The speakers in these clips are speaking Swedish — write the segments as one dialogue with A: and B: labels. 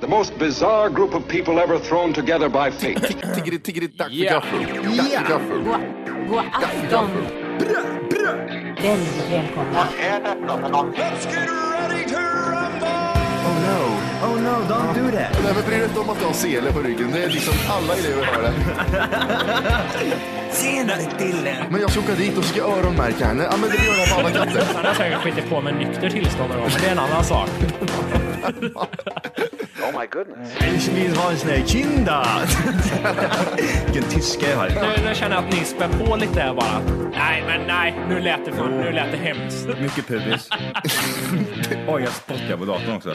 A: The most bizarre group of people ever thrown together by fate.
B: Tiggeri, tiggeri, dack för
C: Yeah.
B: kaffe. Dack för kaffe.
D: God, god afton. Väldigt välkomna.
E: Oh no, oh no, don't do that.
B: Nej, men bry dig inte om att du har sele på ryggen. Det är liksom alla elever har det.
E: Tjenare killen!
B: Men jag ska åka dit och ska öronmärka henne. Ja, men det gör jag på alla katter.
F: Han har säkert skitit på med nykter tillstånd någon gång, men det är en annan sak.
E: Ich vill ha en sån här kinda! Vilken tyska jag har.
F: Nu, nu känner jag att ni spär på lite där bara. Nej, men nej, nu lät det, för, nu lät det hemskt.
G: Mycket pubis. Oj, jag spottar på datorn också.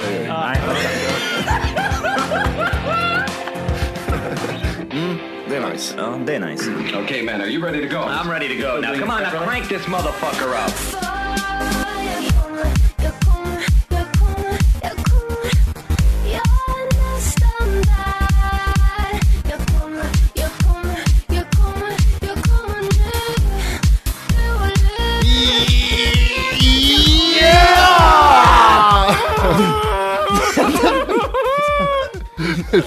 E: Mm.
B: Det är nice.
G: Ja, det är nice.
A: okay, man, are you ready to go?
G: I'm ready to go. Now come on, now crank this motherfucker up.
H: Jag kommer, jag kommer, jag kommer Jag är nästan där Jag kommer, jag kommer, jag kommer, jag kommer nu Du och Luleå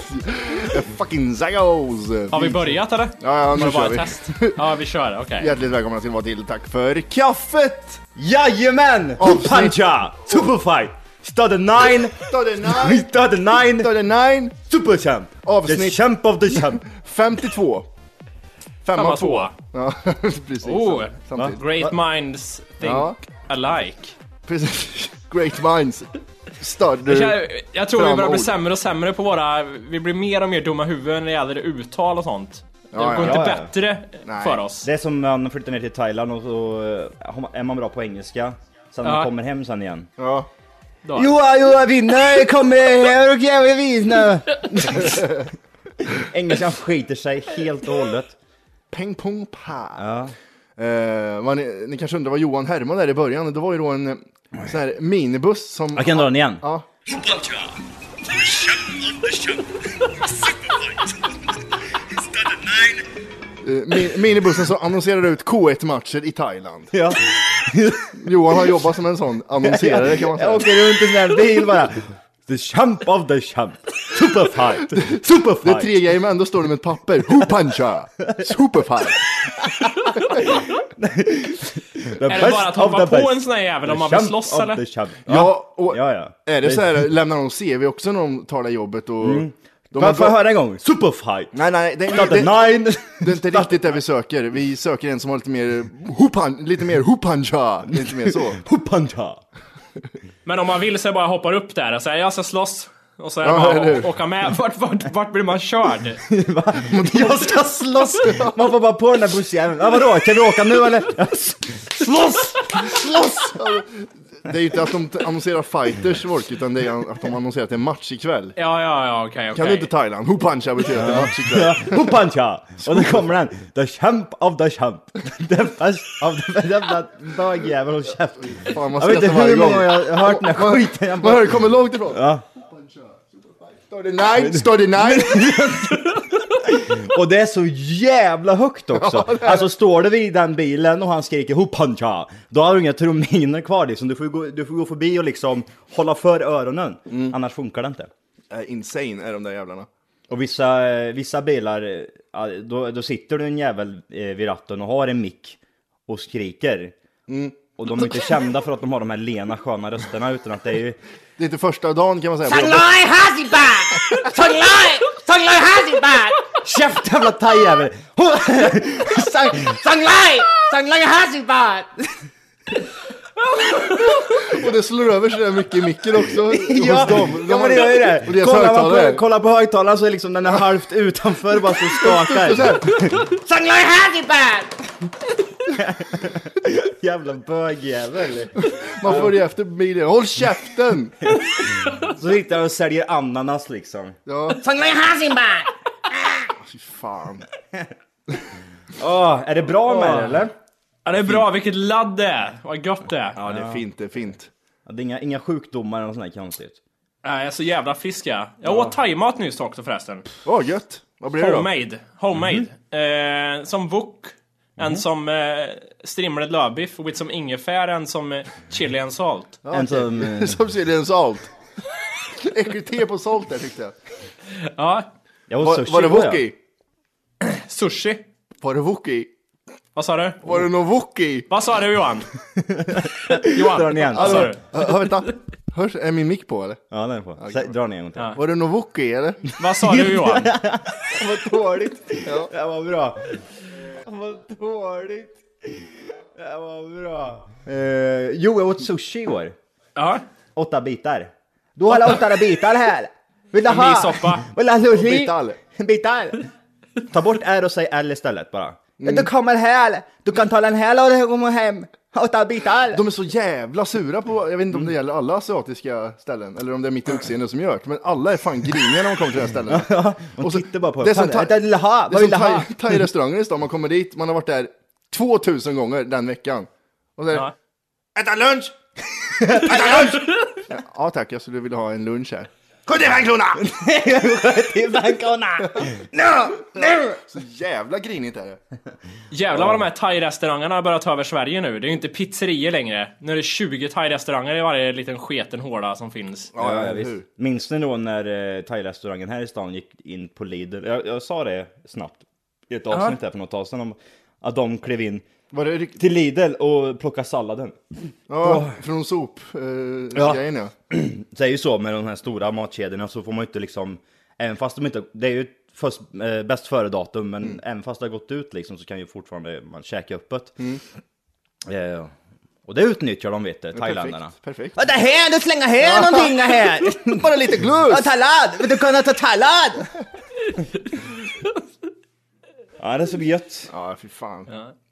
B: Fucking Zaggos!
F: Har vi börjat eller?
B: Ja, ja, nu
F: Var det bara
B: kör vi.
F: ett test? Ja, vi kör. Okej.
B: Hjärtligt välkomna till vad till Tack för kaffet!
E: Jajamän! Puncha! Superfight! Stade 9!
B: Då det är nine,
E: Stade 9!
B: då det är nine,
E: Superchamp! The
B: avsnitt
E: champ of the champ!
B: 52.
F: Samma
B: Femma två.
F: två.
B: Ja, precis.
F: Oh,
B: Samtidigt.
F: great minds think
B: Ja.
F: alike.
B: Precis. Great minds. Stöd.
F: Jag, känner, jag tror vi börjar bli
B: Framord.
F: sämre och sämre på våra... Vi blir mer och mer dumma huvuden när det gäller uttal och sånt.
B: ja.
F: det går inte
G: Ja, ja.
F: bättre
B: Nej.
F: för oss.
G: Det är som när man flyttar ner till Thailand och så eh, har man- är man bra på engelska. Sen när
F: Ja.
G: man kommer hem sen igen.
B: Ja.
E: Joa, Joa, vinna! Jag kommer här och jävla vinna!
G: Engelskan skiter sig helt och hållet.
B: Peng pong pa.
G: Ja.
B: Eh, man, ni kanske undrar vad Johan Herman är i början. Det var ju då en eh, sån här minibuss som...
G: Jag kan dra den igen.
B: Ja. Eh, mi- Minibussen som annonserar ut K1-matcher i Thailand.
G: Ja.
B: Johan har jobbat som en sån annonserare kan man säga.
G: Jag åker runt i sån här bil bara. The champ of the champ. Superfight. Superfight.
B: Det är tre grejer men ändå står det med ett papper. Who puncha? Superfight.
G: The
F: Är det bara att hoppa på en sån här jävel om man vill slåss eller?
G: Ja,
B: Ja, och
G: ja. ja.
B: är det så här, lämnar de CV också när de tar det jobbet och... De
G: Mm. Får
B: har
G: jag- får jag
B: bra-
G: höra en gång? Superfight.
B: Nej, nej, det,
G: Not
B: det,
G: the nine.
B: Det är inte riktigt det vi söker. Vi söker en som har lite mer hupan, lite mer hupanja, lite mer så.
G: Hupanja.
F: Men om man vill så bara hoppar upp där och säger jag ska slåss. Och så är det
B: Ja, eller
F: bara
B: hur?
F: att åka med. Vart, vart, vart blir man körd?
G: Jag ska slåss! Man får bara på den där bussjäveln. Ja, vadå, kan vi åka nu eller? Slåss!
B: Slåss! Det är ju inte att de annonserar fighters folk, utan det är att de annonserar att det är match ikväll.
F: Ja, ja, ja, okej,
B: Kan du
F: okej.
B: inte Thailand? Hupanja betyder att det är match ikväll.
G: Hupanja! Och då kommer den. The champ of the champ. The best of the best. Jävla bögjävel och käft.
B: Fan, man
G: Jag vet
B: skrattar
G: inte
B: varje
G: hur
B: gång.
G: många jag har hört den här skiten. Jag
B: Man
G: bara...
B: hör, det kommer långt ifrån.
G: Ja.
B: Står det nej? Står det nej?
G: Och det är så jävla högt också. Alltså står du vid den bilen och han skriker Hupanja. Då har du inga trumhinnor kvar liksom. Du får, ju gå, du får gå förbi och liksom hålla för öronen. Annars funkar det inte.
B: Eh, Insane är de där jävlarna.
G: Och vissa, eh, vissa bilar, eh, ja, då, då sitter du en jävel eh, vid ratten och har en mick och skriker.
B: Mm.
G: Och de är inte kända för att de har de här lena sköna rösterna utan att det är ju...
B: Det är inte första dagen kan man säga. på jobbet.
D: Sanglai Hasibad! Sanglai! Sanglai Hasibad!
G: Käft jävla thai-jävel!
D: Sanglai! Sanglai Hasibad!
B: Och det slår över så där mycket i micken också.
G: Ja,
B: hos dem.
G: ja men det gör ju det.
B: Och deras
G: Kollar man
B: högtalare.
G: på, kollar på högtalaren så är liksom den är halvt utanför bara så
B: Och så
G: skakar.
B: här.
D: Sanglai Hasibad!
G: Jävla bögjävel.
B: Man följer efter bilen. Håll käften!
G: Så sitter han och säljer ananas liksom.
B: Ja,
D: Sanglai Hasibad!
B: fy fan.
G: Åh, är det bra med det eller?
F: Ja, det är bra, vilket ladd det är. Vad gött det är.
B: Ja, det är fint, det är fint.
G: Ja, det är inga, inga sjukdomar eller något sånt där konstigt.
F: Jag är så jävla frisk jag. Jag åt thaimat nyss också förresten.
B: Åh, gött. Vad blir det då? Mhm.
F: Homemade. Homemade. Eh, som wok. En som eh, strimlad lövbiff with som ingefära, en som eh, chili and salt.
G: En som... eh,
B: Som Silence Alt. äckligt te på salt där tyckte jag.
F: Ja,
G: Jag var,
B: Var,
G: sushi
B: var det
G: var jag.
B: wookie?
F: sushi.
B: Var det wookie?
F: Vad sa du?
B: Var det någon wookie?
F: Vad sa du Johan?
G: Dra
F: Johan,
G: den igen.
F: vad sa du?
B: Hör, hör, vänta. Hörs, är min mick på eller?
G: Ja, den är på. Sä- Dra den en gång till.
F: Ja.
B: Var det någon wookie eller?
F: Vad sa du Johan?
G: Vad dåligt. Det var bra. Vad dåligt. Det var bra. Eh, jo, jag åt sushi igår.
F: Ja,
G: Åtta bitar. Du har alla åtta bitar här. Vill du ha?
F: ny soppa.
G: Vill du ha sushi?
B: Bitar.
G: Bitar. Ta bort R och säg L istället bara.
B: Mm.
G: Du kommer här. Du kan ta den här och du kommer hem. Åtta bitar.
B: De är så jävla sura på, jag vet inte om det gäller alla asiatiska ställen, eller om det är mitt utseende som gör det, men alla är fan griniga när man kommer till det här stället.
G: Och tittar bara på
B: det är
G: det.
B: som
G: Fan,
B: thai-
G: jag vill ha.
B: Det
G: Vad
B: är som
G: vill du ha?
B: thai- thai-restauranger i stan, man kommer dit, man har varit där 2000 gånger den veckan. Och så är det,
F: Ja.
B: äta lunch! äta lunch! ja tack, jag skulle vilja ha en lunch här. Så jävla grinigt är det.
F: jävlar vad de här thai-restaurangerna har börjat ta över Sverige nu. Det är ju inte pizzerior längre. Nu är det 20 thai-restauranger i varje liten sketen håla som finns.
B: Ja,
G: Ja,
B: eller
G: visst.
B: hur?
G: Minns ni då när eh, thai-restaurangen här i stan gick in på Lidl? Jag, jag sa det snabbt i ett avsnitt här för något tag sedan. Om, att de klev in
B: Var det rikt-
G: till Lidl och plockade salladen.
B: Ja, från sop-grejen eh,
G: Ja.
B: grejen, ja.
G: Det är ju så med de här stora matkedjorna så får man ju inte liksom, även fast de inte, det är ju ett först, eh, bäst före-datum, men
B: Mm.
G: även fast det har gått ut liksom så kan ju fortfarande man käka öppet.
B: Mm.
G: Eh, och det utnyttjar de vet du, thailändarna.
B: Perfekt, perfekt.
G: Vad det här? Du slänger här någonting här!
B: Bara lite glös!
G: tallad! Vill du kunna ta tallad? ja, det är så gött.
B: Ja, fy fan.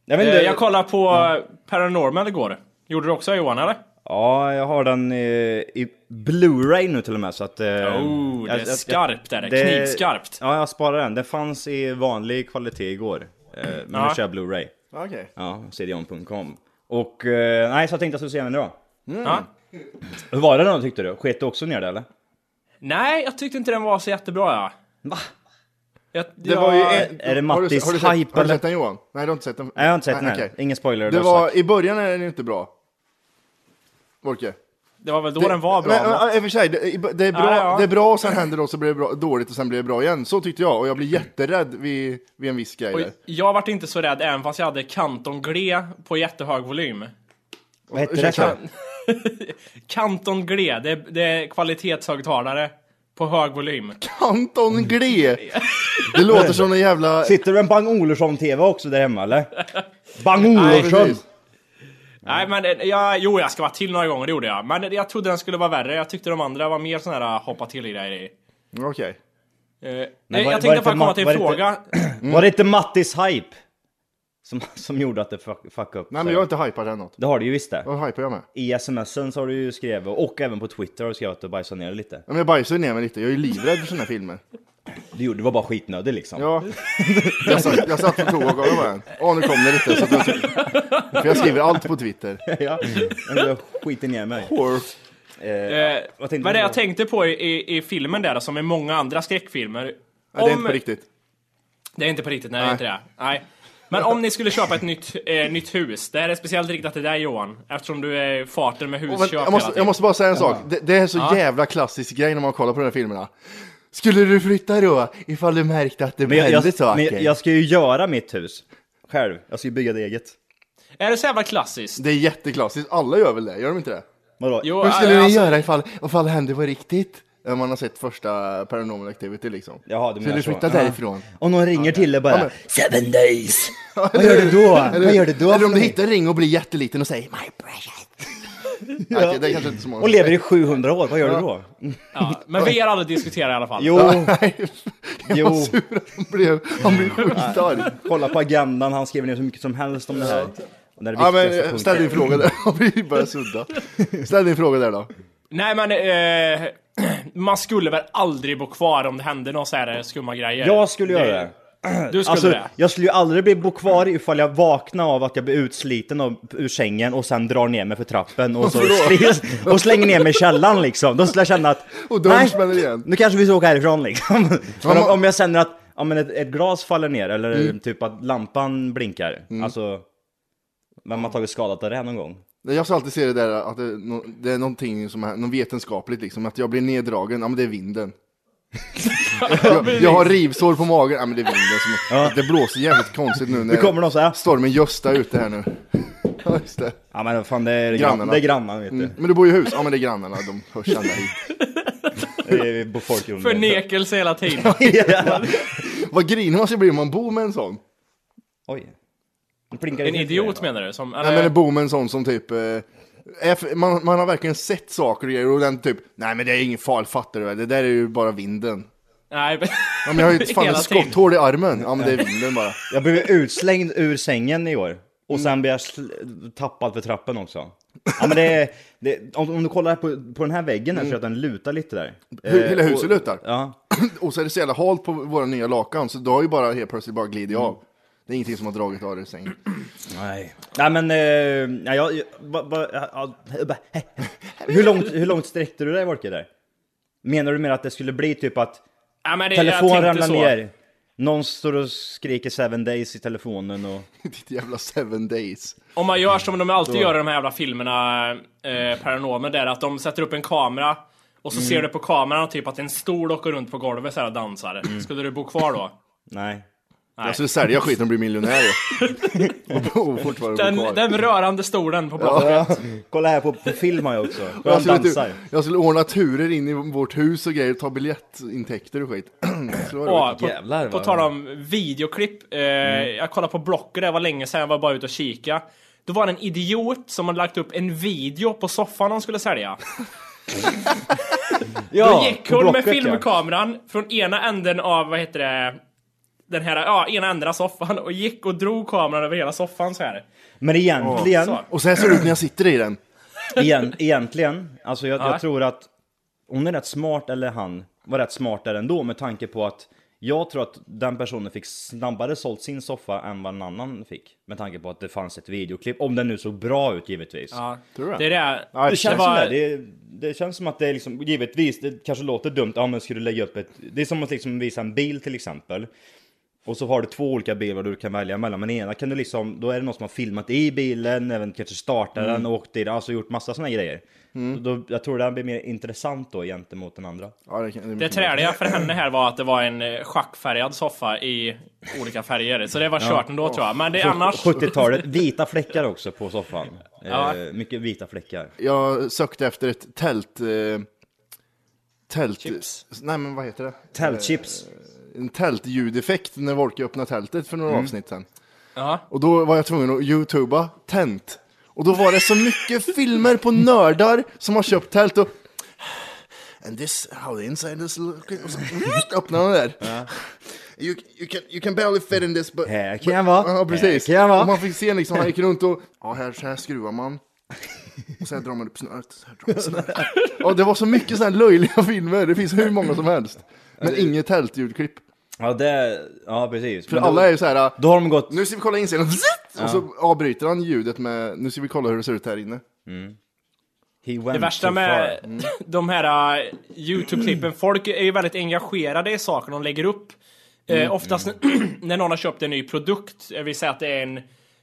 G: Jag vet
F: Eh,
G: inte,
F: Jag kollade på eh, Paranormal igår. Gjorde du också Johan eller?
G: Ja, jag har den eh, i Blu-ray nu till och med så att... eh,
F: Oh, det
G: jag-
F: är
G: jag-
F: skarpt är det.
G: det-
F: Knivskarpt.
G: Ja, jag sparar den. Den fanns i vanlig kvalitet igår. Eh, men
F: Ja.
G: nu kör jag Blu-ray.
B: Okej.
G: Ja, cdon.com. Och eh, nej, så jag tänkte att jag skulle se den idag.
F: Ja.
G: Hur var det då tyckte du? Sket du också ner det eller?
F: Nej, jag tyckte inte den var så jättebra ja.
G: Va?
F: Jag,
B: Det var ju en...
G: Är det
B: har du-
G: Mattis
B: har du sett-
G: hype
B: Har du
G: eller?
B: sett den Johan? Nej, du har inte sett den.
G: Nej, jag har inte sett den
B: okej.
G: här. Ingen spoiler.
B: Det
G: lösa.
B: var, i början är den ju inte bra. Wolke.
F: det var väl då den var bra.
B: Men,
F: va?
B: ja, i och för sig, det, i bör- det, är bra,
F: Ja, ja.
B: det är bra och sen händer det och så blir det bra, dåligt och sen blir det bra igen. Så tyckte jag och jag
G: Mm.
B: blev jätterädd vid, vid en viss grej.
F: Och
B: där.
F: jag vart inte så rädd även fast jag hade Kanton Gle på jättehög volym.
G: Vad hette det?
B: Ursäkta.
G: sa du?
F: Kanton Gle, det, det är kvalitetshögtalare på hög volym.
G: Mm.
B: Anton Gle! Det låter som en jävla...
G: Sitter det en Bang Olofsson-TV också där hemma eller? Bang
B: Nej,
G: Olofsson!
B: precis.
F: Nej men eh, jag, jo jag ska vara till några gånger, det gjorde jag. Men eh, jag trodde den skulle vara värre, jag tyckte de andra var mer sån här eh, hoppa till i grejer i.
B: Okej.
F: Eh,
G: Men var-
F: jag
G: var
F: tänkte
G: det
F: bara
G: inte
F: komma
G: Matt-
F: till
G: var
F: en
G: det inte-
F: fråga.
B: Mm.
G: Var det inte Mattis hype? Som, som gjorde att det fuck, fuck upp
B: Nej
G: sig?
B: men jag har inte hypat än något.
G: Det har du ju visst det.
B: Vad hypar jag med?
G: I smsen så har du ju skrivit, och även på Twitter har du skrivit att du bajsade ner dig lite.
B: Ja, men jag bajsade ner mig lite, jag är ju livrädd för såna här filmer.
G: Du gjorde, du var bara skitnödig liksom.
B: Ja. Jag satt, jag satt på toagolvet bara. Åh, nu kom det lite. Så att jag- för jag skriver allt på Twitter.
G: ja.
B: Mm.
G: Jag skiter ner mig.
F: Eh, vad
G: Vad tänkte du
F: det
G: på?
F: jag tänkte på i, i, i filmen där, som i många andra skräckfilmer.
B: Nej, det är inte på riktigt.
F: Det är inte på riktigt, nej, det är inte det. Nej. Men om ni skulle köpa ett nytt, eh, nytt hus, det här är speciellt riktat till dig Johan, eftersom du är i farten med
B: Och vänta,
F: husköp
B: Jag måste,
F: hela
B: jag
F: tiden.
B: måste bara säga en sak. Det, det är så jävla klassisk grej när man kollar på de här filmerna. Skulle du flytta då? Ifall du märkte att det
G: Men jag,
B: hände
G: jag, men
B: saker.
G: jag, jag ska ju göra mitt hus. Själv. Jag ska ju bygga det eget.
F: Är det så jävla klassiskt?
B: Det är jätteklassiskt. Alla gör väl det? Gör de inte det?
G: Vadå?
F: Jo,
B: Hur skulle
F: eh,
B: du
F: alltså,
B: göra ifall, ifall det hände på riktigt? När man har sett första Paranormal Activity liksom.
G: Jaha, du
B: Skulle
G: menar
B: du
G: så.
B: flytta
G: Ja.
B: därifrån?
G: Om någon ringer till dig bara.
B: men-
G: Seven days! Vad gör du då? Vad gör du
B: Eller
G: då? för
B: om du
G: någonting?
B: hittar en ring och blir jätteliten och säger My precious. Okej, det är kanske inte så många.
G: Och lever i 700 år, vad gör du då?
F: ja, men vi har aldrig diskuterat i alla fall.
G: Jo,
B: Nej,
G: jo. Mm.
B: han blev, han blev sjukt arg.
G: Kolla på agendan, han skriver ner så mycket som helst om det här. Och det är det
B: Ja,
G: viktigaste
B: men,
G: punkten.
B: ställ din fråga där. Han blir bara sudda. Ställ din fråga där då.
F: Nej men, eh, man skulle väl aldrig bo kvar om det hände några så här skumma grejer?
G: Jag skulle göra det.
F: Du skulle
G: Alltså,
F: det?
G: jag skulle ju aldrig bli bo kvar ifall jag vaknar av att jag blir utsliten av, ur sängen och sen drar ner mig för trappen och, så och slänger ner mig i källaren liksom. Då skulle jag känna att...
B: Och dörren smäller igen.
G: Nu kanske vi ska åka härifrån liksom.
B: man-
G: Men om,
B: Mm.
G: om jag känner att ja, men ett, ett glas faller ner eller typ att lampan blinkar. Alltså, vem har tagit skadat av det här någon gång?
B: Jag ska alltid se det där att det, är nå- det är någonting som är något vetenskapligt liksom, att jag blir neddragen, ja men det är vinden. jag, jag har rivsår på magen, ja men det är vinden som, det blåser jävligt konstigt nu när
G: Nu kommer de så här.
B: stormen Gösta är ute här nu. Ja, just det.
G: Ja men fan det är grannarna,
B: Grannarna.
G: det är grannarna vet du.
B: Mm. Men du bor ju i hus, ja men det är grannarna, de hörs alla hit.
G: Det är folk runt omkring.
F: Förnekelse hela tiden.
B: Vad grinig man ska bli om man bor med en sån.
G: Oj. Nu blinkar det
F: En
G: till
F: idiot
G: för dig, va?
F: menar du? Som,
B: Nej men det bor med en sån som typ eh, är för- man, man har verkligen sett saker och grejer och den typ Nej men det är ingen fara, fattar du väl? Det där är ju bara vinden
F: nej, men-
B: Ja men jag har ju fan
F: Hela
B: ett
F: tiden.
B: skotthål i armen Ja men det är vinden bara
G: Jag blev utslängd ur sängen i år. Och
B: Mm.
G: sen blev jag sl- tappad för trappen också. Ja men det är, det, om, om du kollar på, på den här väggen
B: Mm.
G: här så att den lutar lite där.
B: Hu-
G: Eh,
B: Hela huset
G: och-
B: lutar
G: Ja.
B: Och så är det så jävla halt på våra nya lakan så då har ju bara helt plötsligt bara glidit
G: Mm.
B: av Det är ingenting som har dragit av dig i sängen
G: Nej. Nej men, eh, nej, jag, jag, ba, ba, ja, ja, ba, hur, långt, hur långt sträckte du dig Wolke där? Menar du mer att det skulle bli typ att
F: nej, men det,
G: telefonen
F: jag tänkte
G: ramlar
F: så.
G: ner? Någon står och skriker 7 days i telefonen och...
B: Ditt jävla seven days
F: Om man gör som de alltid gör i de här jävla filmerna, eh, Paranormen, där att de sätter upp en kamera och så
B: Mm.
F: ser du på kameran typ att en stol åker runt på golvet så här och dansar.
B: Mm.
F: Skulle du bo kvar då?
G: Nej.
B: Jag skulle sälja skiten och bli miljonär ju Och bo fortfarande
F: Den,
B: bo kvar
F: den rörande stolen på bakom.
G: Kolla här på, på film har jag också. Och
B: jag
G: han
B: skulle,
G: dansar.
B: typ- jag skulle ordna turer in i vårt hus och grejer, ta biljettintäkter och skit. Det skulle vara roligt.
F: Ja, på,
G: Jävlar,
F: på
G: vad- Mm.
F: tal om videoklipp, eh, jag kollade på Blocket, det var länge sedan, jag var bara ute och kika. Då var det en idiot som hade lagt upp en video på soffan han skulle sälja. Då gick
G: på
F: hon med
G: Blocket, ja.
F: filmkameran från ena änden av, vad heter det, den här, ja, ena änden av soffan och gick och drog kameran över hela soffan så här.
G: Men egentligen,
F: Så.
B: Och så här ser det ut när jag sitter i den.
G: igen, egentligen, alltså jag,
F: Ja.
G: jag tror att hon är rätt smart, eller han var rätt smart där ändå med tanke på att jag tror att den personen fick snabbare sålt sin soffa än vad en annan fick. Med tanke på att det fanns ett videoklipp, om den nu såg bra ut givetvis.
F: Ja,
B: Tror du
F: det är det.
G: Det känns,
F: var-
G: som det, det, det känns som att det är liksom, givetvis, det kanske låter dumt, ja men ska du lägga upp ett, det är som att liksom visa en bil till exempel. Och så har du två olika bilar du kan välja mellan, men ena kan du liksom, då är det någon som har filmat i bilen, även kanske startat den och åkt i den, alltså gjort massa sådana grejer. Då, jag tror den blir mer intressant då gentemot den andra.
B: Ja, det, kan, det, är
F: Det
B: mycket möjligt.
F: träliga för henne här var att det var en eh, schackfärgad soffa i olika färger, så det var kört ändå tror jag. Men det är annars...
G: 70-talet, vita fläckar också på soffan.
F: Ja.
G: Eh, mycket vita fläckar.
B: Jag sökte efter ett tält... Eh, tält... Nej men vad heter det?
G: Tältchips.
B: En tältljudeffekt när Wolke öppnade tältet för
G: Mm.
B: några avsnitt sen.
F: Ja.
B: Och då var jag tvungen att youtuba tält. Och då var det så mycket filmer på nördar som har köpt tält och... And this, how the inside is looking... Och så öppnade de där. You, you, can, you can barely fit in this but...
G: Här kan jag vara.
B: Ja, precis.
G: Här kan jag vara.
B: Och man fick se liksom, han gick runt och... Ja, här, så här skruvar man. Och så här drar man upp snöret. Så här drar man snöret. Ja, det var så mycket sådana här löjliga filmer. Det finns hur många som helst. Men inget tältljudklipp.
G: Ja, det, ja precis.
B: För
G: Men då-
B: alla är ju så här... äh,
G: Då har de gått
B: Nu ska vi kolla insidan. Zitt! Och så avbryter han ljudet med, nu ska vi kolla hur det ser ut här
G: Mm.
B: inne.
G: He went
F: Det värsta
G: too
F: med
G: far.
F: de här eh, YouTube-klippen, folk är ju väldigt engagerade i saker de lägger upp.
G: Mm,
F: Eh, oftast när någon har köpt en ny produkt, eh, vi säger att det är en,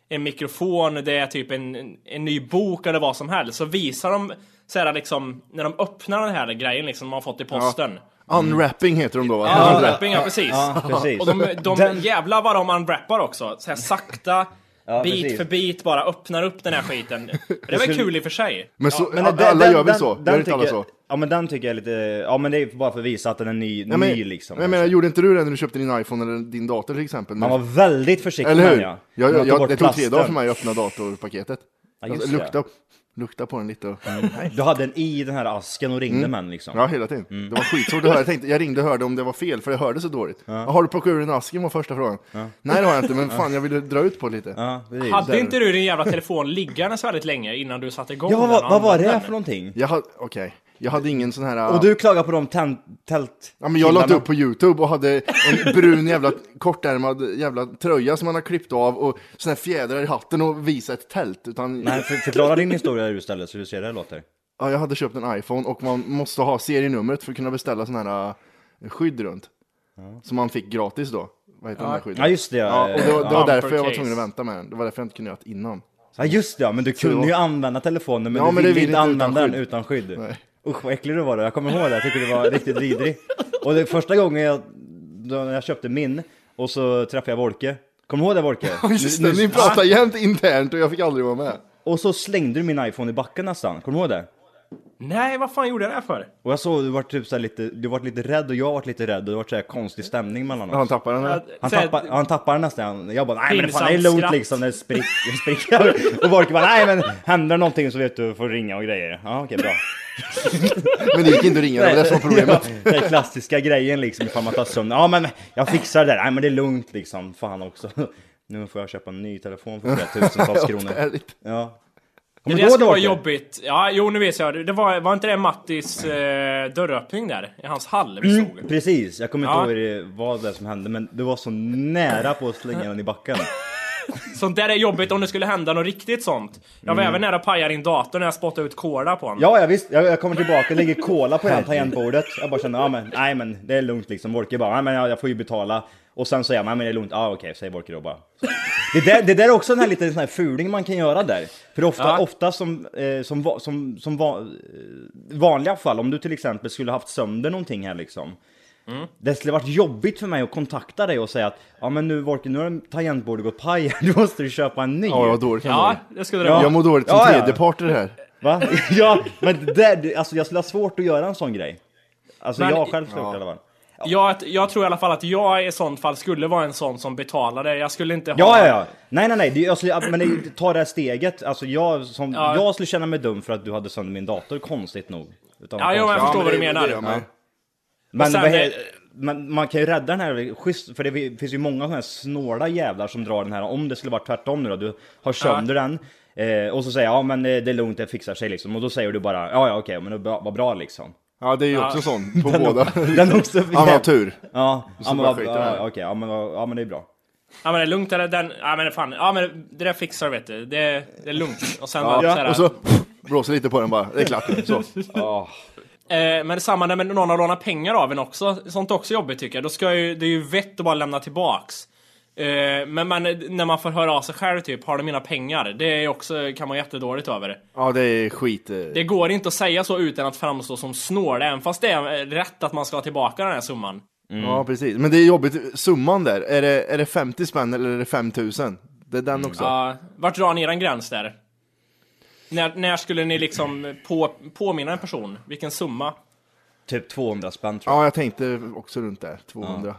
F: en mikrofon, det är typ en, en, en ny bok eller vad som helst, så visar de så här liksom, när de öppnar den här grejen liksom de har fått i posten.
B: Unwrapping heter de då va?
F: Ja, unwrapping, ja precis.
G: Ja, precis.
F: Och de, de
G: Den-
F: jävlar vad de unwrappar också, så här sakta,
G: Ja,
F: bit
G: precis.
F: för bit bara öppnar upp den här skiten. Det är väl kul i och för sig.
B: Men, så,
G: Men
B: alla
G: den- den-
B: gör väl
G: den-
B: så?
G: den
B: gör inte alla
G: tycker-
B: så?
G: Ja men den tycker jag är lite, ja men det är bara för att visa att den är ny,
B: Nej, men,
G: ny liksom.
B: men jag menar, gjorde inte du det när du köpte din iPhone eller din dator till exempel?
G: man var väldigt försiktig
B: Eller hur?
G: med
B: Jag,
G: den, ja. Man
B: jag,
G: tar bort
B: jag, det tog tre
G: plasten.
B: dagar för mig att öppna datorpaketet.
G: Ja, just
B: Alltså,
G: det. Mm.
B: lukta, lukta på den lite och...
G: Du hade den i den här asken och ringde med den liksom.
B: Mm. Ja, hela tiden. Det var skitsvårt att höra. Jag, tänkte, jag ringde och hörde om det var fel, för jag hörde så dåligt. Har du plockat ur den asken var första frågan. Nej, det har jag inte, men fan jag ville dra ut på det lite.
G: Ja, precis.
F: Hade inte du din jävla telefon liggandes väldigt länge innan du satte igång
G: ja
F: den?
G: vad,
F: och
G: vad var
F: använde
G: det
F: den?
G: för någonting?
B: Jag, hade, okay. jag hade ingen sån här...
G: Och du klagar på de tält... tält
B: Ja, men jag la inte
G: killarna.
B: upp på YouTube och hade en brun jävla kortärmad jävla tröja som man har klippt av och såna här fjädrar i hatten och visa ett tält. Utan,
G: Nej, för, förklara din historia du istället så du ser hur det låter.
B: ja, jag hade köpt en iPhone och man måste ha serienumret för att kunna beställa sådana här äh, skydd runt. Som man fick gratis då. Vad heter de där skydden?
G: Ja just det
B: Ja,
G: ja.
B: och det var, det var
F: Bumper
B: därför jag var
F: case.
B: tvungen att vänta med den. Det var därför jag inte kunde göra det innan.
G: Ja just det, ja, men du kunde
B: det
G: ju
B: var-
G: använda telefonen men
B: Ja,
G: du
B: men
G: ville
B: det vill inte
G: inte
B: utan
G: använda den
B: skydd.
G: utan skydd.
B: Nej.
G: Usch vad äcklig du var då, jag kommer ihåg det, jag tyckte du var riktigt vidrig. Och det första gången jag, då när jag köpte min och så träffade jag Volke. Kommer du ihåg det Volke?
B: Just
G: Nu-
B: det,
G: nu-
B: ni pratar jämt internt och jag fick aldrig vara med.
G: Och så slängde du min iPhone i backen nästan, kommer du ihåg det?
F: Nej, vad fan gjorde jag det här för?
G: Och jag såg du var typ så här lite, du var lite rädd och jag var lite rädd och det var så här konstig stämning mellan oss.
B: Han tappar den här.
G: Han
F: Så här-
G: tappar, han tappar den nästan. Jag bara nej men fan det är
F: Pinsamt
G: lugnt
F: skratt.
G: liksom när det sprick, spricker. och Volker bara nej men händer någonting så vet du får ringa och grejer. Ja okej bra.
B: Men det gick inte att ringa, det var det som var problemet.
G: Ja, den klassiska grejen liksom ifall man tar sömn. Ja men jag fixar det där. Nej men det är lugnt liksom. Fan också. Nu får jag köpa en ny telefon för flera tusentals kronor.
B: Ärligt.
G: Ja.
F: Det
G: Kommer du
F: där
G: ihåg det
F: skulle vara
G: Volker?
F: jobbigt. Ja, jo nu vet jag. Det var, var inte det Mattis eh, dörröppning där? I hans hall vi
G: Mm.
F: såg?
G: Precis, jag kommer
F: Ja.
G: inte ihåg det- vad det är som hände men du var så nära på att slänga den i backen.
F: Sånt där är jobbigt om det skulle hända något riktigt sånt. Jag var även nära att paja din dator när jag spottade ut kola på honom.
G: Mm. Ja, ja visst. Jag, jag kommer tillbaka, lägger cola på det här tangentbordet. Jag bara känner, ja men, nej men det är lugnt liksom. Volker bara, nej men jag, jag får ju betala. Och sen säger jag, nej men det är lugnt. Ja ah, okej, säger Volker då bara. Det där, det där är också den här liten sån här fuling man kan göra där. För ofta,
F: Ja.
G: ofta som, eh, som, va- som, som va, eh, vanliga fall, om du till exempel skulle haft sönder någonting här liksom.
B: Mm.
G: Det skulle varit jobbigt för mig att kontakta dig och säga att ja men nu Volker, nu har tangentbordet gått paj här, du måste ju köpa en ny.
B: Ja, vad dåligt kan det
F: Ja,
B: vara.
F: det skulle det
G: Ja.
B: Jag
F: vara.
B: mår dåligt som
G: Ja, ja.
B: tredjepart i det här.
G: Va? Ja, men det där, det- alltså jag skulle ha svårt att göra en sån grej. Alltså
F: Men-
G: jag själv skulle ha gjort det i alla fall.
F: Jag, jag tror i alla fall att jag i sånt fall skulle vara en sån som betalade. Jag skulle inte ha...
G: Ja, ja, ja. Nej, nej, nej. Det, jag skulle, men det, ta det här steget. Alltså jag, som,
F: Ja.
G: jag skulle känna mig dum för att du hade sönder min dator, konstigt nog. Utan
F: Ja, jo, jag
G: konstigt.
F: förstår vad du menar.
B: jag med.
G: men,
F: Och sen-
G: vad he- men man kan ju rädda den här, schysst, för det vi- finns ju många sådana här snåla jävlar som drar den här. Om det skulle vara tvärtom nu då, du har sönder den. Eh, och så säger jag, ja men eh, det är lugnt, det fixar sig liksom. Och då säger du bara, ja ja okej, men det var- var bra liksom.
B: Ja, det är ju också sån på båda.
G: Den är också
B: Han har tur.
G: Ja, ja men,
B: bara
G: vad-
B: skiter
G: ja,
B: det här.
G: okej, ja, men, vad- ja men det är bra.
F: Ja men det är lugnt, eller den... Ja men fan, ja men det där fixar du vet du. Det, det är lugnt. Och sen bara så här,
B: Och så blåser lite på den bara. Det är klart. Så.
F: eh, Men samma när någon har lånat pengar av en också. Sånt är också jobbigt tycker jag. Då ska ju, det är ju vett att bara lämna tillbaks. Eh, men man, när man får höra av sig själv typ, har du mina pengar? Det är ju också, kan man vara jättedåligt över.
B: Ja, det är skit. eh.
F: Det går inte att säga så utan att framstå som snål, även fast det är rätt att man ska ha tillbaka den här summan.
G: Mm.
B: Ja, precis. Men det är jobbigt. Summan där, är det, är det 50 spänn eller är det 5000? Det är den
G: Mm.
B: också.
F: Ja, vart drar ni eran gräns där? När, när skulle ni liksom på, påminna en person? Vilken summa?
G: Typ 200 spänn tror
B: Ja, jag tänkte också runt där. 200.
G: jag.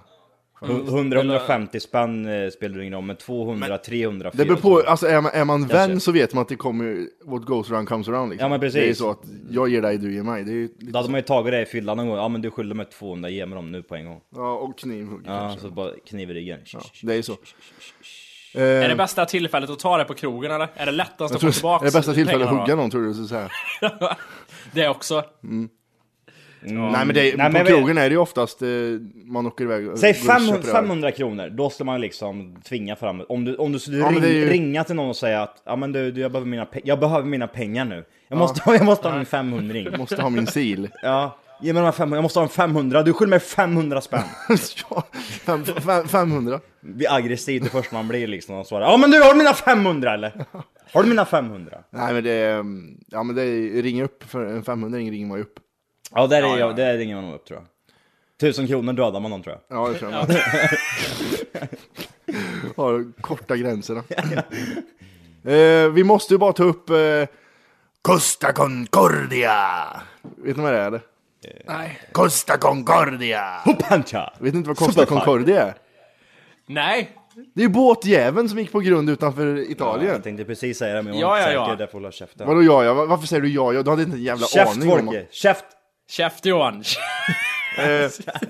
G: 100-150 spänn eh, spelar det ingen roll, men 200, 300, 400.
B: Det beror på, alltså är man, är man
G: ser.
B: vän så vet man att det kommer, ju- what goes around comes around liksom.
G: Ja, men precis.
B: Det är ju så att jag ger dig, du ger mig. Det är ju
G: Då
B: lite,
G: hade man ju tagit det i fyllan någon gång, ja men du skyller mig 200, ge mig dem nu på en gång.
B: ja, och knivhugg
G: Ja,
B: kanske.
G: så bara kniv i ryggen.
B: Det är ju så.
F: Är det bästa tillfället att ta det på krogen eller? Är det lättast att
B: Mm. Tror
F: få
B: du-
F: tillbaka
B: är det bästa tillfället att
F: pengarna
B: hugga
F: då?
B: någon tror du? Så, så här.
F: Det också.
B: Nej men, det,
G: Nej,
B: på
G: men-
B: krogen är det ju oftast eh, man åker iväg och
G: Säg
B: går och köper
G: 500,
B: öl.
G: 500 kronor, då skulle man liksom tvinga fram Om du, om du skulle
B: Ja, men
G: ring,
B: det är ju-
G: ringa till någon och säga att ja men du, du jag, behöver mina pe- jag behöver mina pengar nu. Jag måste, ha jag måste ha en 500
B: Måste ha min sil.
G: Ja, ge mig de här 500, jag måste ha en 500, du skyller mig 500 spänn.
B: ja, fem, fem, 500.
G: blir aggressiv det första man blir liksom och svarar Ja men du har du mina 500 eller? Har du mina 500?
B: Nej men det, är, mm, ja men det är, ring upp för en 500 ringer man ju upp.
G: Ja där, är jag, där ringer man nog upp tror jag Tusen kronor dödar man någon tror jag
B: Ja det tror jag. med. Har korta gränserna. eh, vi måste ju bara ta upp eh, Costa Concordia. Vet ni vad det är eller? Nej. Costa Concordia.
G: Pancha!
B: Vet ni inte vad Costa Concordia är?
F: Nej!
B: Det är ju båtjäveln som gick på grund utanför Italien.
G: Jag tänkte precis säga det men jag
F: Ja,
G: var inte
F: ja, ja.
G: säker, där får jag hålla käften
B: Vadå ja, ja? Va- Varför säger du ja, ja? Du hade inte en jävla
G: Käft
B: aning om...
G: Folke, käft!
F: Käft Johan!
B: Eh.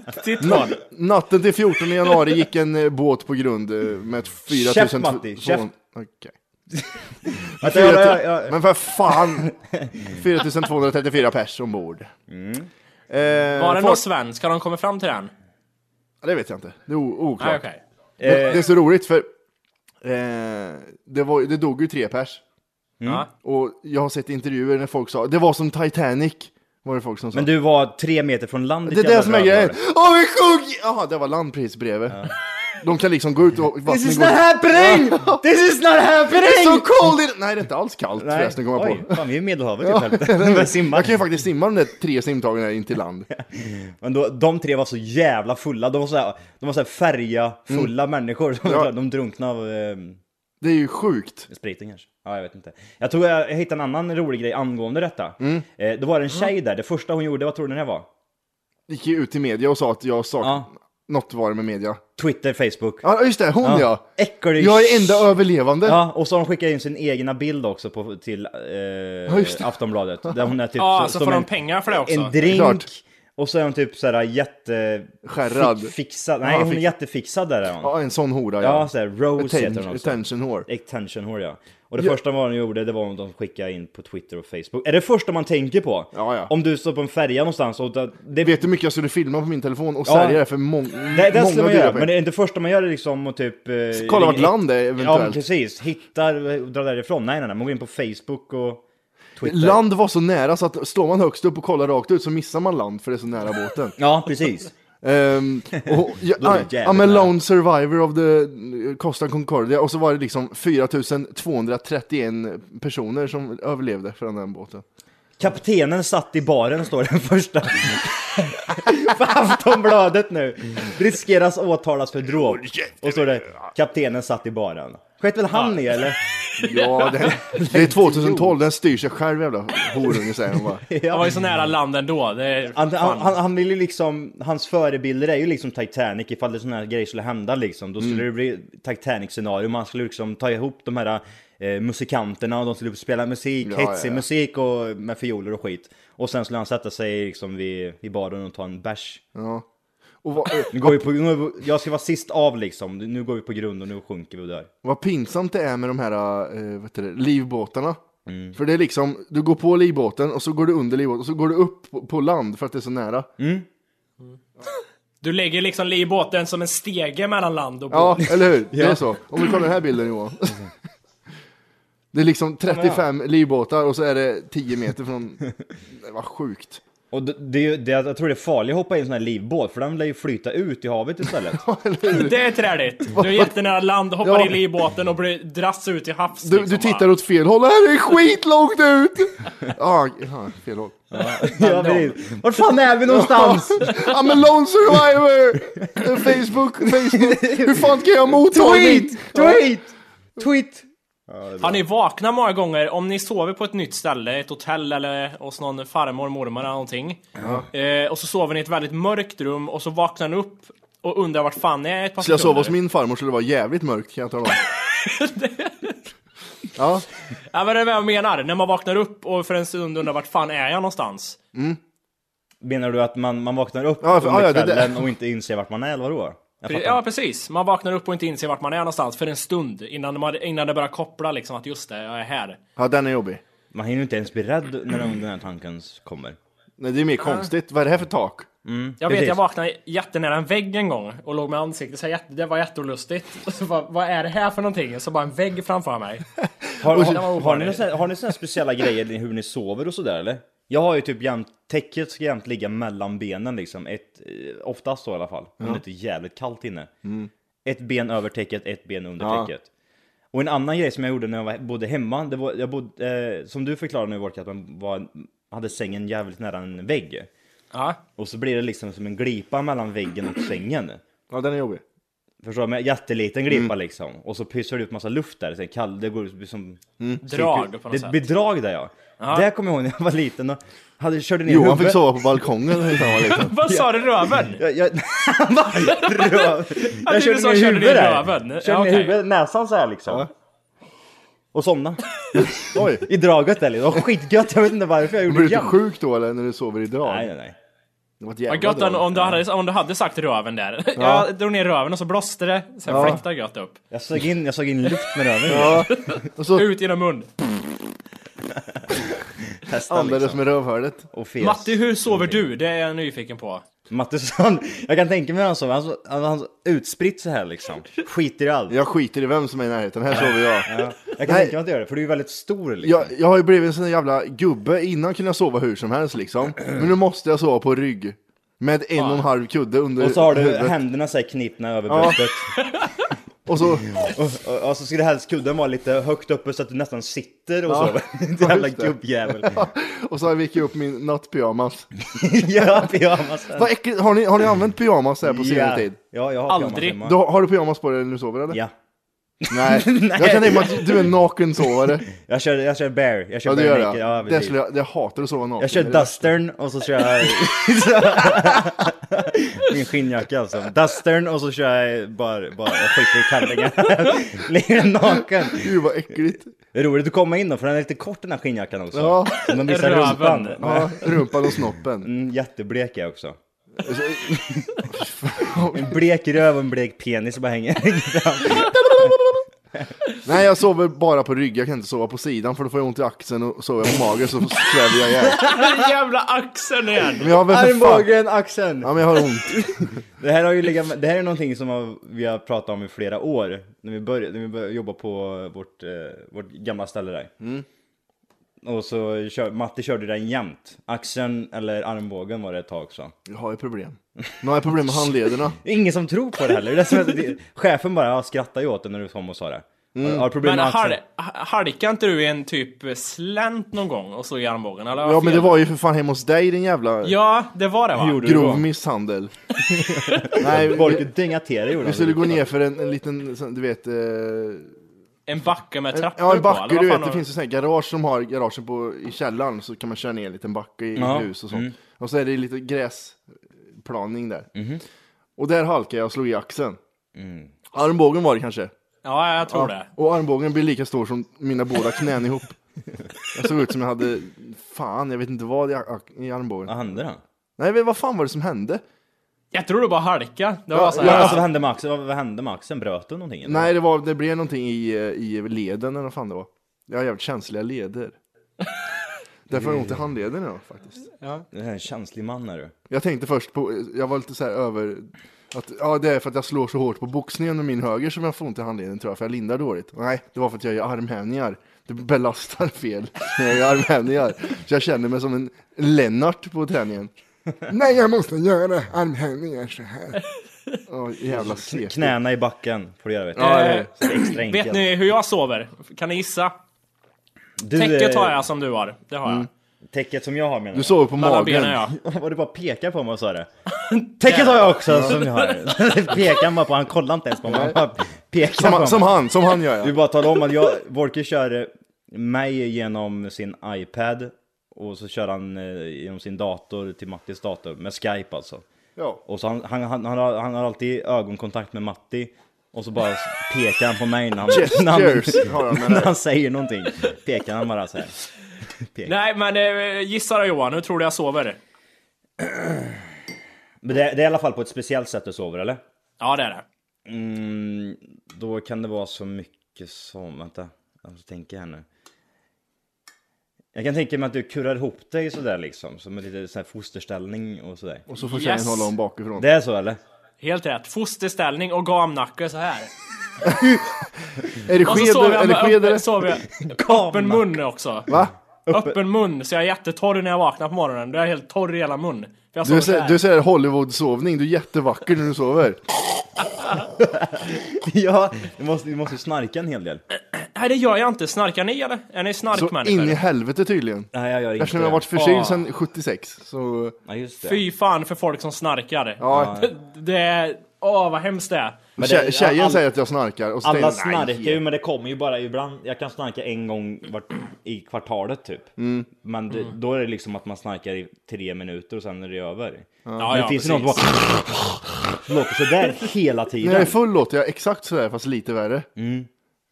F: Titt på honom.
B: Natten till 14 januari gick en eh, båt på grund eh, med ett 4
G: Käft, Matti, käft.
B: Okej.
G: Vänta, jag, jag, jag,
B: Men för fan! 4234 pers ombord.
G: Mm.
B: Eh,
F: Var det
B: folk-
F: någon svensk? Har de kommit fram till den?
B: Ja, Det vet jag inte. Det är o- oklart.
F: Nej okej.
B: det, det är så roligt för eh, det, var, det dog ju tre pers.
F: Ja.
B: Och jag har sett intervjuer när folk sa det var som Titanic. Var det folk som sa.
G: Men du var tre meter från land ditt
B: det är
G: jävla
B: det som är
G: rövhål.
B: grejen. Åh vi sjönk! Jaha, det var landpris bredvid. De kan liksom gå ut och vattnet
G: This is
B: går...
G: not happening! This is not
B: It's so
G: happening!
B: cold in... Nej, det är inte alls kallt förresten kom jag
G: Oj,
B: på.
G: fan vi är i Medelhavet typ här. Vi börjar simma.
B: Jag kan ju faktiskt simma de där tre simtagen här in till land.
G: Men då, de tre var så jävla fulla, de var såhär, de var såhär färja fulla människor. Så
B: Mm. Ja.
G: De drunknade av ehm,
B: Det är ju sjukt.
G: spriten kanske. Ja, jag vet inte. Jag tror jag, jag hittade en annan rolig grej angående detta.
B: Mm.
G: Eh, det var en tjej där, det första hon gjorde, vad tror du det var?
B: Gick ju ut till media och sa att jag saknar...
G: Ja.
B: Något var det med media.
G: Twitter, Facebook.
B: Ja, just det, hon ja.
G: Äcklig.
B: Jag är enda överlevande.
G: Ja, och så har de skickat in sin egna bild också på, till eh,
B: just det.
G: Aftonbladet. Där hon är typ
F: Ja,
G: så-
F: alltså
G: som
F: får de
G: en-
F: pengar för det också?
G: En drink.
B: Klart.
G: Och så är hon typ såhär jätte...
B: Skärrad.
G: Fi- Fixad. Nej,
B: Ja,
G: hon är
B: fix-
G: jättefixad där är hon.
B: Ja, en sån hora ja.
G: Ja, såhär Rose heter
B: Attention,
G: hon också.
B: attention whore.
G: Attention hår ja. Och det första man gjorde det var att de skickade in på Twitter och Facebook. Är det första man tänker på?
B: Ja, ja.
G: Om du står på en färja någonstans och det, det,
B: Vet du hur mycket jag skulle filma på min telefon och
G: Ja.
B: sälja det för mång-
G: det, det
B: många
G: skulle man
B: dyra
G: göra. Men
B: pengar?
G: det är inte första man gör det liksom och typ... eh,
B: Kolla vart
G: ringer-
B: land det är
G: Ja, men
B: eventuellt.
G: precis. Hittar och drar därifrån. Nej, nej, nej. Man går in på Facebook och Twitter.
B: Land var så nära så att står man högst upp och kollar rakt ut så missar man land för det är så nära båten.
G: Ja, precis.
B: Ehm, och, jag,
G: Då är det
B: I,
G: jävligt
B: I'm a
G: nära.
B: lone survivor of the eh, Costa Concordia och så var det liksom 4231 personer som överlevde från den båten.
G: Kaptenen satt i baren står den första. På Aftonbladet nu. Riskeras åtalas för dråp. Och så är det kaptenen satt i baren. Skett väl han i eller?
B: Ja, det, det är 2012, den styr sig själv jävla horunge säger de bara.
F: Jag var ju så nära land ändå. Det är,
G: Han, han,
F: fan.
G: han, han vill ju liksom, hans förebilder är ju liksom Titanic ifall det sådana här grejer skulle hända liksom. Då skulle
B: Mm.
G: det bli Titanic-scenario. Man skulle liksom ta ihop de här eh, musikanterna och de skulle spela musik,
B: Ja,
G: hetsig
B: ja, ja.
G: musik och med fioler och skit. Och sen skulle han sätta sig liksom vid, i baren och ta en bärs.
B: Ja. Och vad,
G: Nu går vi på, nu, jag ska vara sist av liksom, nu går vi på grund och nu sjunker vi och dör.
B: vad pinsamt det är med de här eh, vad heter det, livbåtarna.
G: Mm.
B: För det är liksom, du går på livbåten och så går du under livbåten och så går du upp på, på land för att det är så nära.
F: Du lägger liksom livbåten som en stege mellan land och båt.
B: Ja, eller hur? Det är så. Om vi kollar den här bilden Johan. Det är liksom 35 livbåtar och så är det 10 meter från... Det var sjukt.
G: Och det, det, är ju- det, jag tror det är farligt att hoppa i en sån här livbåt för den lär ju flyta ut i havet istället.
F: Det är träligt. Du är jättenära land, hoppar
B: Ja.
F: in i livbåten och blir drass ut i havs.
B: Du,
F: liksom,
B: du tittar
F: bara.
B: åt fel håll, det här är skitlångt ut! Ja, ah, fel håll.
G: ja, precis. Vart fan är vi någonstans?
B: I'm a lone survivor! Facebook, Facebook, hur fan ska jag motta
G: Tweet! Tweet! Tweet!
F: Har ni vaknat många gånger om ni sover på ett nytt ställe, ett hotell eller hos någon farmor, mormor eller någonting. Eh, och så sover ni i ett väldigt mörkt rum och så vaknar ni upp och undrar vart fan ni är ett par
B: Skulle Alltså, jag sova
F: sekunder.
B: hos min farmor skulle det vara jävligt mörkt kan jag tala om. Ja,
F: Ja men det är vad jag menar, när man vaknar upp och för en stund undrar vart fan är jag någonstans?
G: Menar du att man, man vaknar upp
B: Ja, för-
G: under
B: ja, ja, det- det-
G: kvällen och inte inser vart man är eller vadå? Jag fattar.
F: Ja precis, man vaknar upp och inte inser vart man är någonstans för en stund innan, man, innan det börjar koppla liksom att just det, jag är här.
B: ja den är jobbig.
G: Man hinner ju inte ens bli rädd när den, den här tanken kommer.
B: Nej, det är mer konstigt, vad är det här för tak?
F: Jag
G: Precis.
F: vet, jag vaknade jättenära en vägg en gång och låg med ansiktet så här, jätte- det var jätteolustigt. Och så bara, vad är det här för någonting? Så bara en vägg framför mig.
G: Har,
F: Och
G: har,
F: det var
G: har, ni
F: ovanligt.
G: några såna- har ni sådana speciella grejer i hur ni sover och sådär eller? Jag har ju typ jämt, täcket ska jämt ligga mellan benen liksom, ett, eh, oftast så i alla fall, om det inte är jävligt kallt inne.
F: Mm.
G: Ett ben över täcket, ett ben under
B: Ja.
G: täcket. Och en annan grej som jag gjorde när jag var, bodde hemma, det var, jag bodde, eh, som du förklarade nu Volker, att man var, hade sängen jävligt nära en vägg.
F: Ja.
G: Och så blir det liksom som en glipa mellan väggen och sängen.
B: Ja, den är jobbig.
G: Förstår du? Med jätteliten glipa
F: Mm.
G: liksom. Och så pyssar det ut massa luft där. Så det är kall, det går ut som...
F: Drag på något
G: det,
F: sätt.
G: blir drag där ja. Det kommer jag ihåg när jag var liten och hade, körde ner
B: Johan fick
G: huvudet.
B: sova på balkongen när han var liten.
F: Vad sa du röven?
G: Jag, jag, Va? Röv.
F: du
G: jag körde
F: sa
G: ner
F: körde
G: huvudet
F: ner
G: där.
F: röven.
G: Körde
F: Ja,
G: ner
F: okej.
G: huvudet, näsan så här liksom.
B: Ja.
G: Och somna.
B: Oj.
G: I draget där liksom. Det var Skitgött, jag vet inte varför jag gjorde
B: Blir du
G: det
B: inte
G: igen.
B: sjuk då eller när du sover idag?
G: Nej, nej, nej.
B: Det var ett
F: Vad
B: jävla
F: gött om,
B: drag.
F: om, du hade, om du hade sagt röven där. Jag drog ner röven och så blåste det, sen
B: Ja.
F: fläktade gött upp.
G: Jag sög in, jag sög in luft med röven.
B: Ja, och så
F: Ut genom mun.
G: Testa
B: andades
G: liksom.
B: med rövhålet.
G: Och fes.
F: Matti, hur sover du? Det är jag nyfiken på.
G: Mattisson, jag kan tänka mig hur han sover. Han, so- han, han utspritt så här liksom. Skiter i allt.
B: Jag skiter i vem som är i närheten, här sover jag.
G: Ja.
B: Nej.
G: Jag kan tänka mig att du gör det, för du är ju väldigt stor liksom.
B: Jag, jag har ju blivit en sån där jävla gubbe, innan kunde jag sova hur som helst liksom. Men nu måste jag sova på rygg. Med en och en halv kudde under
G: Och så har du
B: huvudet.
G: händerna så här knipna över
B: Ja.
G: bröstet.
B: Och så,
G: Och, och, och så skulle helst kudden vara lite högt uppe så att du nästan sitter och
B: Ja.
G: sover. Din jävla
B: Just det.
G: gubbjävel.
B: och så har jag vikit upp min nattpyjamas.
G: ja, pyjamasen.
B: Vad äckligt, har ni, har ni använt pyjamas här på senare
G: Ja.
B: tid?
G: Ja, jag har pyjamas
F: Aldrig.
G: hemma.
B: Du, har du pyjamas på dig när du sover eller?
G: Ja.
B: Nej. Jag kan tänka mig att du är en nakensovare.
G: Jag kör, jag kör bear. Jag kör
B: Ja det
G: bear
B: gör
G: naked. Ja,
B: jag. Det
G: precis.
B: skulle jag, jag hatar att sova naken.
G: Jag kör
B: Det är det
G: dustern och så kör jag... Min skinnjacka alltså. Dustern och så kör jag bara, bara jag skiter i kallingen. Ligger naken.
B: värsta. Gud vad äckligt.
G: Det är roligt att komma in då för den är lite kort den här skinnjackan också.
B: Ja.
G: Så man visar
F: Röven.
G: rumpan.
B: Ja, rumpan och snoppen.
G: Mm, jätteblek är jag också. En blek röv och en blek penis som bara hänger.
B: Nej jag sover bara på rygg, jag kan inte sova på sidan för då får jag ont i axeln och sover jag på magen så sväller jag ihjäl.
F: Den jävla axeln igen!
B: Men jag har väl för fan...
G: Armbågen, axeln.
B: Ja men jag har ont.
G: Det här, har ju legat, med- det här är någonting som har, vi har pratat om i flera år, när vi började, när vi började jobba på vårt, eh, vårt gamla ställe där.
B: Mm.
G: Och så kör, Matte körde den jämt. Axeln eller armbågen var det ett tag också.
B: Jag har ju problem. Nu har jag problem med handlederna.
G: Det är ingen som tror på det heller. Det är som att, det, chefen bara ja, skrattade ju åt det när du kom och sa det. Har, har problem
F: Men
G: med axeln?
F: hal- ha- halkade inte du i en typ slänt någon gång och så i armbågen? Eller
B: Ja men det var ju för fan hemma hos dig din jävla
F: Ja, det var det va?
G: Gjorde du
B: grov
G: då?
B: misshandel. Nej,
G: Folk
B: vi,
G: dyngade till det gjorde
B: vi
G: de.
B: skulle gå ner för en, en liten, sån- du vet... Eh,
F: En backe med trappor
B: Ja, en
F: på,
B: backe,
F: eller vad
B: du
F: fan
B: vet, det
F: har-
B: finns ju sån här garage som har garagen på, i källaren, så kan man köra ner en liten backe i
G: Ja.
B: hus och sånt.
F: Mm.
B: Och så är det lite gräsplaning där.
F: Mhm.
B: Och där halkade jag och slog i axeln. Armbågen var det kanske.
F: Mm. Ja, jag tror det.
B: Och armbågen blir lika stor som mina båda knän ihop. Jag såg ut som jag hade, fan jag vet inte vad i, a- i armbågen.
G: Vad hände då?
B: Nej men vad fan var det som hände?
F: Jag tror du bara halkade. Det var så
G: Ja,
F: här,
G: alltså, vad, hände med axeln? Vad, vad hände med axeln? Bröt du någonting? eller?
B: Nej det, var, det blev någonting i, eh, i leden eller vad fan det var. Jag har jävligt känsliga leder. Därför har jag ont i handleden idag faktiskt.
G: Du är en känslig man är du.
B: Jag tänkte först på, jag var lite så här över, att ja det är för att jag slår så hårt på boxningen med min höger som jag får ont i handleden tror jag, för jag lindar dåligt. Nej, det var för att jag gör armhävningar. Det belastar fel när jag gör armhävningar. Så jag känner mig som en Lennart på träningen. Nej, jag måste göra armhävningar så här. Åh, jävla CP.
G: Knäna i backen får du göra vet du.
F: Ja,
G: det
F: det-
G: är extra enkelt.
F: Vet ni hur jag sover? Kan ni gissa?
G: Du,
F: Täcket
G: eh,
F: har jag som du har. Det har jag.
G: Täcket som jag har menar
B: Du sover på
F: Mellan benen
B: Mm. magen.
F: ja.
G: Vad du bara pekar på mig och sa det. Täcket har jag också som jag har. pekar bara på, han kollar inte ens på mig. Han bara pekar på
B: Som,
G: mig.
B: som han, som han gör
G: Du
B: jag.
G: bara talar om att jag, Volker kör eh, mig genom sin iPad och så kör han eh, genom sin dator till Mattis dator med Skype alltså.
B: Ja.
G: Och så han, han, han, han, har, han har alltid ögonkontakt med Matti och så bara pekar han på mig när han, när
B: Gestures har han med
G: han, när
B: det.
G: han säger någonting. Pekar han bara så här.
F: Nej men eh, gissa då Johan, hur tror du jag sover?
G: Men det, det är i alla fall på ett speciellt sätt du sover eller?
F: Ja det är det.
G: Mm, då kan det vara så mycket som, vänta, jag måste tänka här nu. Jag kan tänka mig att du kurrar ihop dig sådär liksom, som en liten sån här fosterställning och sådär.
B: Och så får tjejen
F: Yes.
B: hålla om bakifrån.
G: Det är så eller?
F: Helt rätt. Fosterställning och gamnacke så här.
B: Är det
F: Och så sover
B: sked
F: jag
B: eller
F: med
B: sked eller?
F: öppen, sover jag, öppen mun också.
B: Va?
F: Öppen mun, så jag är jättetorr när jag vaknar på morgonen. Då är jag helt torr i hela mun. För
B: Du
F: jag sover
B: är,
F: så
B: så,
F: här.
B: du är så här Hollywood-sovning, du är jättevacker när du sover.
G: ja, du måste, du måste ju snarka en hel del.
F: Nej det gör jag inte. Snarkar ni eller? Är ni
B: Så in i
F: snarkmänniskor?
B: helvete tydligen.
G: Nej jag gör inte
B: Eftersom jag har
G: det.
B: varit förkyld
F: Ah.
B: sedan 76. Så
G: Ja, just det.
F: Fy fan för folk som snarkar.
B: ja,
F: Det är... Åh vad hemskt det är.
G: Men
B: tje-
G: det-
B: tjejen
G: all-
B: säger att jag snarkar. Och så
G: Alla
B: tänker jag,
G: snarkar
B: nej.
G: ju men det kommer ju bara ibland, jag kan snarka en gång vart, i kvartalet typ.
B: Mm.
G: Men det, då är det liksom att man snarkar i tre minuter och sen är det över.
F: Ja,
G: men
F: ja,
G: det finns ju
F: precis.
G: någon som bara låter sådär hela tiden.
B: När jag är full låter jag exakt sådär fast lite värre.
G: Mm.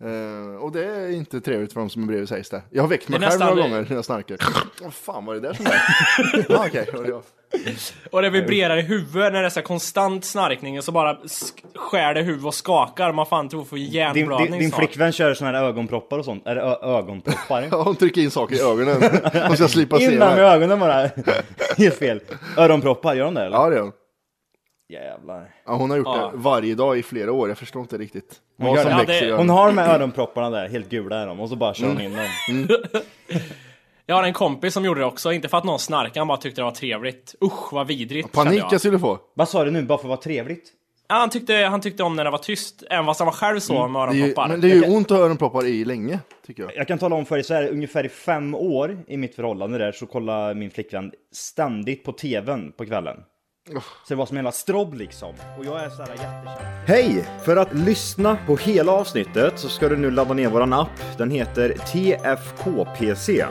B: Eh, och det är inte trevligt för de som är bredvid sägs det. Jag har väckt mig
F: Det är
B: själv några
F: nästan-
B: gånger när jag snarkar. Vad fan var det där som hände? ah, okej, det var jag.
F: Och det vibrerar i huvudet när det är så här konstant snarkning och så bara sk- skär det huvudet och skakar. Man fan tror får
G: din,
F: hjärnblödning
G: din, din
F: snart.
G: flickvän kör sådana här ögonproppar och sånt. Är det ö- ögonproppar?
B: Ja, Hon trycker in saker i ögonen. Hon ska slippa se
G: Innan med
B: mig.
G: ögonen bara. Helt fel. Öronproppar, gör de det eller?
B: Ja, det gör hon.
G: Jävlar.
B: Ja, hon har gjort
F: Ja.
B: det varje dag i flera år. Jag förstår inte riktigt vad
G: gör
B: som
G: det.
F: Ja,
B: växer
F: det-
B: i ögonen. Mm.
G: Hon har de här öronpropparna där, helt gula är de. Och så bara kör hon in dem.
F: Jag har en kompis som gjorde det också, inte för att någon snarkade, han bara tyckte det var trevligt. Usch vad vidrigt kände
B: Panik alltså.
F: jag.
B: jag skulle få.
G: Vad sa du nu? Bara för att vara trevligt?
F: Ja, han, tyckte, han tyckte om när det var tyst, även fast han var själv så med
B: Mm, Det är ju,
F: öronproppar.
B: men det är ju ont att ha öronproppar i länge, tycker jag.
G: Jag kan tala om för dig så här, ungefär i fem år i mitt förhållande där så kollade min flickvän ständigt på tvn på kvällen. Så det var som en jävla strobb liksom. Och jag är så här jättekänslig.
E: Hej! För att lyssna på hela avsnittet så ska du nu ladda ner våran app. Den heter TFKPC.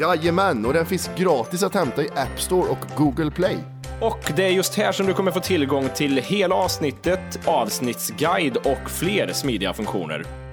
B: Jajamän, och den finns gratis att hämta i App Store och Google Play.
C: Och det är just här som du kommer få tillgång till hela avsnittet, avsnittsguide och fler smidiga funktioner.